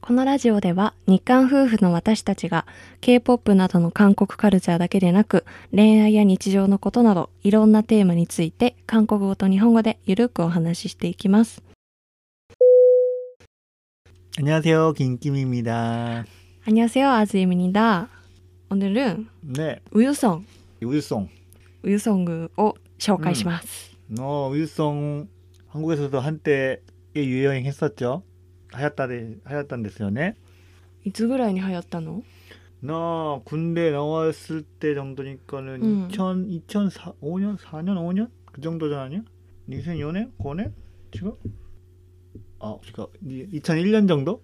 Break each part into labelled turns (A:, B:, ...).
A: このラジオでは日韓夫婦の私たちが K-POP などの韓国カルチャーだけでなく恋愛や日常のことなどいろんなテーマについて韓国語と日本語でゆるくお話ししていきます。
B: 안녕하세요, 김김입니다.
A: 안녕하세요. 아즈입니다. 오늘은
B: 네,
A: 우유성,
B: 우유송.
A: 우유성을 紹介します.
B: 어, 우유송 한국에서도 한때 꽤 유행했었죠. 하였다데 하였단데스요네.
A: いつぐらいに流行ったの
B: 너 군대 나왔을 때 정도니까는
A: 음.
B: 2000, 2004, 5년, 4년, 5년 그 정도잖아요. 니생 연애, 고네, 지금 아, 지금 2001년 정도?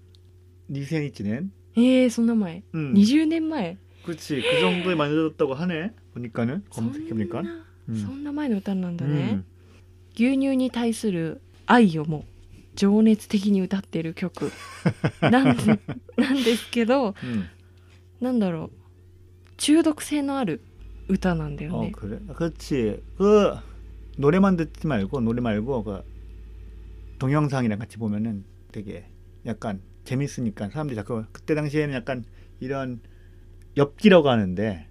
B: 니생 있지는.
A: ええー、そんな前。
B: 음,
A: 20年前。
B: 그렇지. 그 정도에 만들어졌다고 하네. 보니까는
A: そん
B: 검색해보니까.
A: な、
B: 음.
A: そんな前の歌なんだ
B: 음.
A: ね。牛乳に対する愛をもう情熱的に歌ってる 曲なんでなんですけど
B: 음.
A: なんだろう中毒性のある歌なんだよ
B: 어
A: ね
B: 그래 그렇지 그 노래만 듣지 말고 노래 말고 그 동영상이랑 같이 보면은 되게 약간 재밌으니까 사람들이 자꾸 그때 당시에는 약간 이런 엽기라고 하는데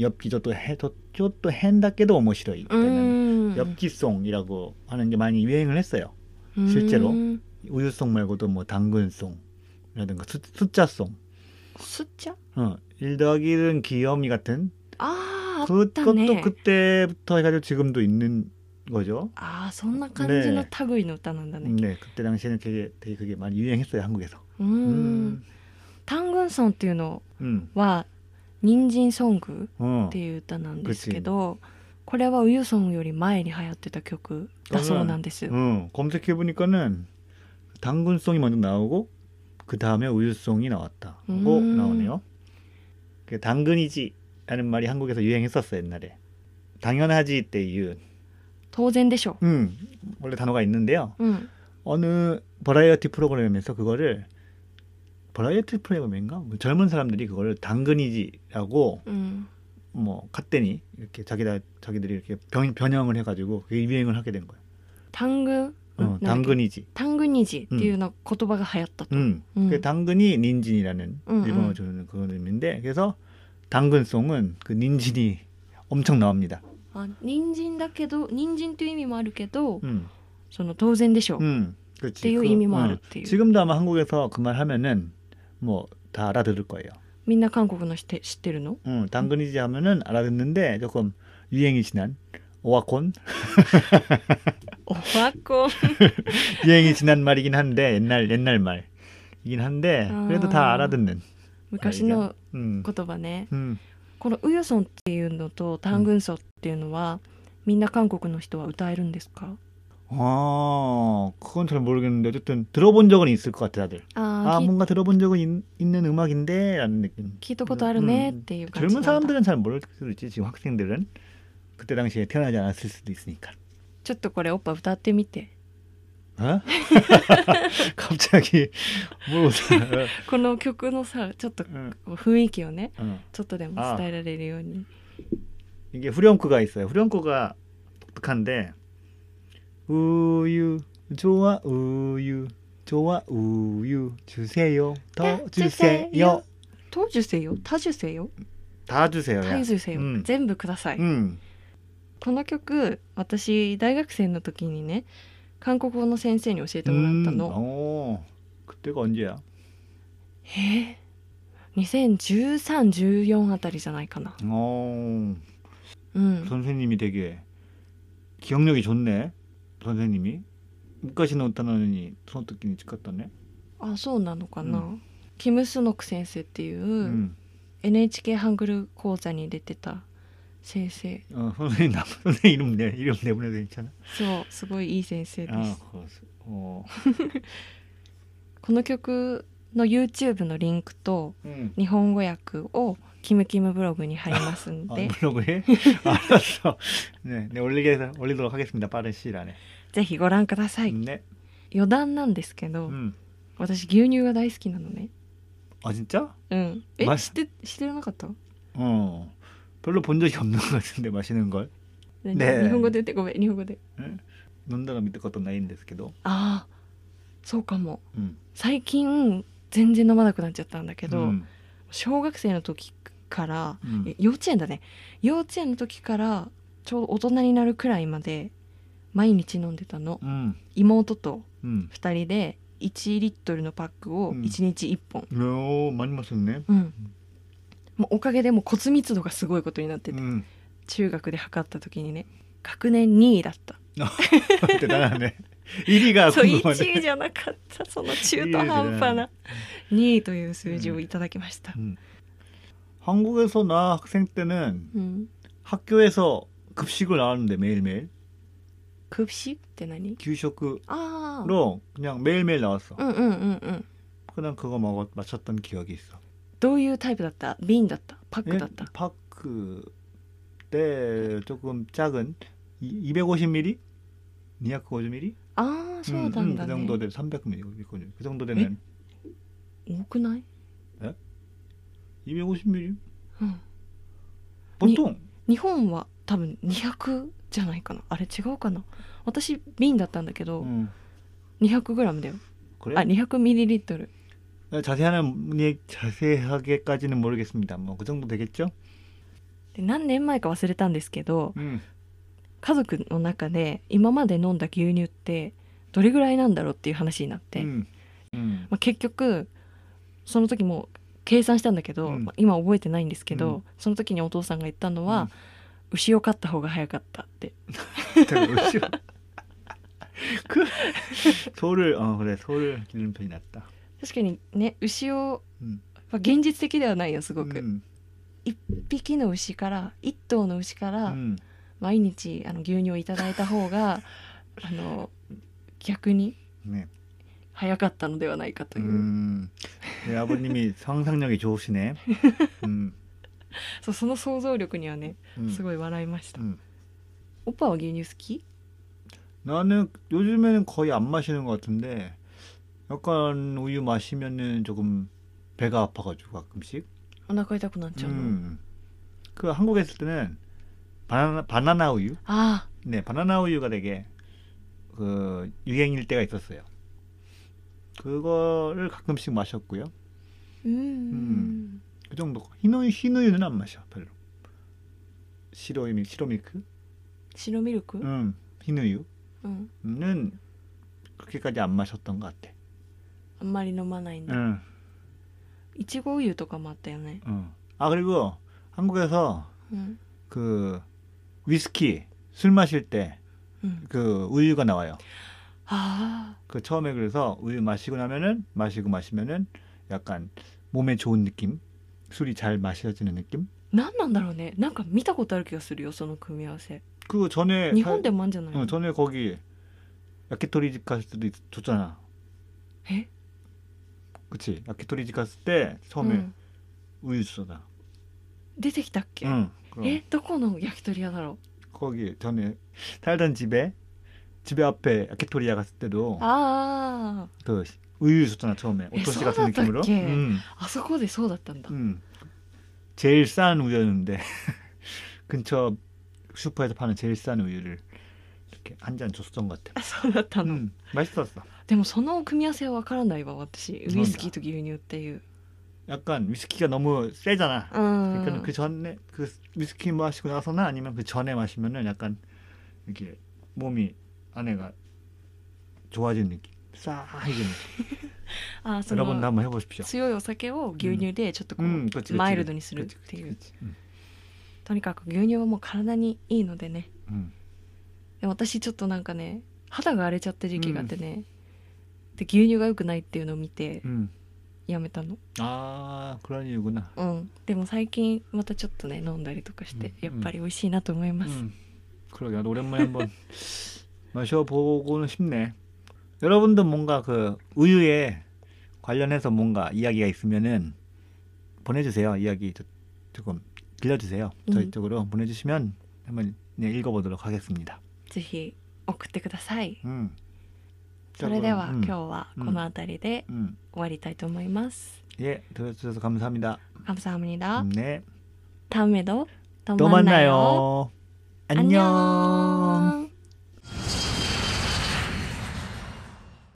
B: 엽기도 또 해도 또 헨다께도 오모시로
A: うー
B: 이때는
A: ん
B: 엽기송이라고 하는 게 많이 유행을 했어요
A: うーん
B: 실제로 우유송 말고도 뭐 당근송이라든가 숫, 숫자송
A: すっちゃ
B: 어1 더하기 1은 귀염이 같은 아,
A: あーあった
B: 그것도
A: ね
B: 그때부터 해가지고 지금도 있는 거죠.
A: ああそんな感じの
B: ね
A: 類の歌なんだね
B: 네, 그때 당시에는 되게, 되게 그게 많이 유행했어요 한국에서.
A: うーん
B: 음,
A: タングンソンっていうの
B: 음,
A: は人参ソング
B: 어,
A: っていう歌なんですけどこれはウユソンより前に流行ってた曲だそうなんです、
B: 어, 검색해 보니까는 당근송이 먼저 나오고 그 다음에 우유송이 나왔다고
A: 음.
B: 나오네요. 그 당근이지라는 말이 한국에서 유행했었어 요 옛날에. 당연하지 때 이유.
A: 当然でしょ
B: 음, 원래 단어가 있는데요.
A: うん、
B: 어느 버라이어티 프로그램에서 그거를 버라이어티 프로그램인가 뭐 젊은 사람들이 그거를 당근이지라고
A: うん、
B: 뭐 갓대니 이렇게 자기다 자기들이 이렇게 변, 변형을 해가지고 그게 유행을 하게 된 거야.
A: タング、
B: 어,
A: なんだっけ
B: 당근이지.
A: タングニジっていうの言葉が流行ったと、
B: 음.
A: 음.
B: 그 당근이 닌진이라는
A: 음, 음.
B: 일본어 주는 그런 의미인데 그래서 당근송은 그 닌진이 엄청 나옵니다.
A: あ人参だけど人参という意味もあるけど、
B: 음.
A: その当然でしょう、っ
B: 음. 그렇지.
A: ていう
B: 그
A: 意味
B: 어.
A: もあるっていう、
B: 지금도 아마 한국에서 그 말 하면은 뭐 다 알아들을 거예요.
A: みんな韓国のして知ってるの
B: 응, 어, 당근이지 하면은 알아듣는데 조금 유행이 지난 오아콘
A: オワコン
B: 유행이 지난 말이긴 한데 옛날 옛날 말이긴 한데 그래도
A: 아. 그
B: 다 알아듣는.
A: 昔の
B: 음,
A: 言葉ね
B: 음,
A: このウユソンっていうのとタングンソンっていうのは、みんな韓国の人は歌えるんですか
B: 아, 그건 잘 모르겠는데 어쨌든 들어본 적은 있을 것 같아 다들.
A: あ
B: 아
A: あ聞い
B: 뭔가 들어본 적은 있- 있는 음악인데라는 느낌.
A: 聞いたことあるねっていう感じなん
B: 젊은
A: だ、
B: 사람들은 잘 모를 수도 있지 지금 학생들은 그때 당시에 태어나지 않았을 수도 있으니까.
A: ちょっとこれオッパ歌ってみて
B: 어? 갑자기 뭘 웃어? 어,
A: この曲のさちょっと
B: 응,
A: 雰囲気をね
B: 응.
A: ちょっとでも伝えられるように
B: 이게 후렴구가 있어요. 후렴구가 독특한데 우유 좋아 우유 좋아 우유 주세요 더
A: 더 주세요.
B: 주세요
A: 当受精よ多受精よ
B: 다 주세요.
A: 大受精よ、
B: うん
A: 全部ください、
B: 음,
A: この曲私大学生の時にね韓国語の先生に教えてもらった
B: 음,
A: の、
B: 어, 그때가 언제야?
A: えー、201314あたりじゃないかな
B: 어,
A: うん、
B: 선생님이 되게 기억력이 좋네. 선생님이昔の歌なのにその時に誓ったね。
A: あそうなのかな、
B: う
A: キム・スノク先生っていう、
B: うん
A: NHK ハングル講座に出てた先生
B: 어, 선생님 나 선생 이름 내 이름 내보내도 괜찮아?
A: そうすごいいい先生です、
B: 아, 그거, 어,
A: この曲の YouTube のリンクと
B: 음.
A: 日本語訳をキムキムブログに貼りますん
B: 아,
A: で
B: 블로그에 알았어. 네, 네 올리게 올리도록 하겠습니다. 빠른 시일 안에.
A: ぜひご覧ください
B: 네.
A: 余談なんですけど、
B: 음.
A: 私牛乳が大好きなのね
B: 아 진짜?
A: うんえ、
B: マ
A: 知
B: ジ
A: って知ってなかった、
B: 어. 별로 본 적이 없는 것 같은데 마시는 걸.
A: ね
B: ねえ
A: 日本語で言ってごめん日本語で
B: 논다가 믿을 것도 나인ですけど.
A: ああそうかも
B: 음.
A: 最近全然飲まなくなっちゃったんだけど、
B: うん
A: 小学生の時から
B: うん
A: え幼稚園だね幼稚園の時からちょうど大人になるくらいまで毎日飲んでたの
B: うん
A: 妹と
B: うん
A: 2人で1リットルのパックを
B: うん
A: 1日1本、
B: おー많이마셨네
A: うんもうおかげでもう骨密度がすごいことになってて、
B: 음
A: 中学で測った時にね学年2位だった
B: 대단하네 1위가
A: そう
B: 궁금하네
A: 1位じゃなかったその中途半端な2位という数字をいただきました、
B: 음. 한국에서 나 학생 때는
A: うん、
B: 학교에서 급식을 나왔는데 매일매일
A: 급식って何
B: 給食로
A: ああ
B: 그냥 매일매일 나왔어
A: うんうんうんうん
B: 그냥 그거 먹어 맞췄던 기억이 있어
A: どういうタイプだった瓶だったパック
B: 예?
A: だった
B: 파크 때 조금 작은 250ml? 250ml?
A: ああそうなん
B: 음,
A: だ
B: 그
A: ね、
B: 정도 돼 300ml 있거든요. 그 정도 되는
A: 多くない、
B: 250ml
A: うん、
B: 보통
A: 日本は多分200じゃないかなあれ違うかな私瓶だったんだけど、
B: 음,
A: 200g だよあ
B: 그래
A: 200ml
B: 네, 자세한 얘- 자세하게까지는 모르겠습니다. 뭐 그 정도 되겠죠?
A: で何年前か忘れたんですけど
B: 음,
A: 家族の中で今まで飲んだ牛乳ってどれぐらいなんだろうっていう話になって、
B: 음, 음,
A: まあ、結局その時も計算したんだけど、
B: うん
A: まあ今覚えてないんですけど、
B: うん
A: その時にお父さんが言ったのは、牛を飼った方が早かったって、
B: 음, 들어오시오. 그 소를 어 그래 소를 기르는 편이 낫다.
A: 確かにね牛を、
B: うん
A: まあ、現実的ではないよすごく、
B: 음,
A: 1匹の牛から1頭の牛から、
B: 음,
A: 毎日あの牛乳をいただいた方があの逆に
B: 네.
A: 早かったのではないかという、
B: 음, 네, 아버님이 상상력이 좋으시네. 음,
A: そうその想像力にはね
B: 음,
A: すごい笑いました、
B: 음.
A: おっぱは牛乳好き
B: 나는 요즘에는 거의 안 마시는 것 같은데 약간 우유 마시면은 조금 배가 아파가지고 가끔씩.
A: お腹痛くなっちゃうの、
B: 음. 그 한국에 있을 때는 바나나, 바나나 우유?
A: ああ
B: 네, 바나나 우유가 되게 그 유행일 때가 있었어요. 그거를 가끔씩 마셨고요.
A: うーん
B: ん 그 정도. 흰 우유, 흰 우유는 안 마셔, 별로. 시로 미, 시로 밀크?
A: 白ミルク、
B: 음, 흰
A: うん、
B: 우유는 그렇게까지 안 마셨던 것 같아.
A: あんまり飲まないんだ、
B: 응.
A: いちご湯とかもあったよね、
B: 어. 아 그리고 한국에서
A: うん
B: 그 위스키 술 마실
A: うん、
B: 때 그 우유가 나와요.
A: ああ
B: 그 처음에 그래서 우유 마시고 나면은 마시고 마시면은 약간 몸에 좋은 느낌, 술이 잘 마셔지는 느낌.
A: 何なんだろうねなんか見たことある気がするよその組み合わせ
B: 그 전에
A: 日本でもあるんじゃない
B: 사-
A: の
B: 어, 전에 거기 야키토리 집 갔을 때도 있- 줬잖아.
A: え
B: 그치? 야키토리 집 갔을 때
A: う
B: 처음에
A: ん
B: 우유 주잖아.
A: 出てきたっけ、
B: 응. 그럼
A: えどこの焼き鳥屋だろ
B: 거기 전에 살던 집에 집에 앞에 야키토리야 갔을 때도
A: うあ
B: 그 우유 줬잖아 처음에
A: 아. 예,
B: 오토시
A: 소다
B: 같은 느낌으로.
A: 닦게.
B: 음,
A: ああそこでそうだったんだ、
B: 음. 제일 싼 우유였는데 근처 슈퍼에서 파는 제일 싼 우유를 이렇게 한 잔 줬었던 것 같아.
A: あ そうだったの、
B: 음, 맛있었어.
A: でもその組み合わせはわからないわ私
B: なんだ
A: ウイスキーと牛乳っていう
B: 약간 위스키가 너무 세잖아.
A: うん
B: 그러니까 그 전에 그 위스키 마시고 나서나 아니면 그 전에 마시면은 약간 이렇게 몸이 안에가 좋아지는 느낌. 싸해지는 뭐. 느낌.
A: あーそ
B: 여러분도
A: の
B: 한번 해보십시오.
A: 強いお酒を牛乳でちょっとこう、
B: 음, 그렇지, 그렇지,
A: 마일드
B: 그렇지,
A: 니스를
B: 그렇지, 그렇지,
A: 되게-
B: 그렇지. 음,
A: とにかく牛乳はもう体にいいのでね
B: 음.
A: でも私ちょっとなんかね肌が荒れちゃった時期があってね、で牛乳が良くないっていうのを見て
B: 음.
A: やめたの
B: 아 그런 이유구나.
A: うんでも最近またちょっとね飲んだりとかして、
B: うん
A: やっぱり美味しいなと思います、
B: 음, 그러게 나도 오랜만에 한번 마셔보고는 싶네. 여러분도 뭔가 그 우유에 관련해서 뭔가 이야기가 있으면은 보내주세요. 이야기 조- 조금 들려주세요. 저희
A: 음.
B: 쪽으로 보내주시면 한번 네, 읽어보도록 하겠습니다.
A: ぜひ送ってください
B: 음.
A: それでは
B: 음,
A: 今日はこの辺りで
B: 음.
A: 終わりたいと思います。
B: 예, 들어주셔서 감사합니다.
A: 감사합니다
B: 음, 네,
A: 다음에도 또
B: 또 만나요. 안녕.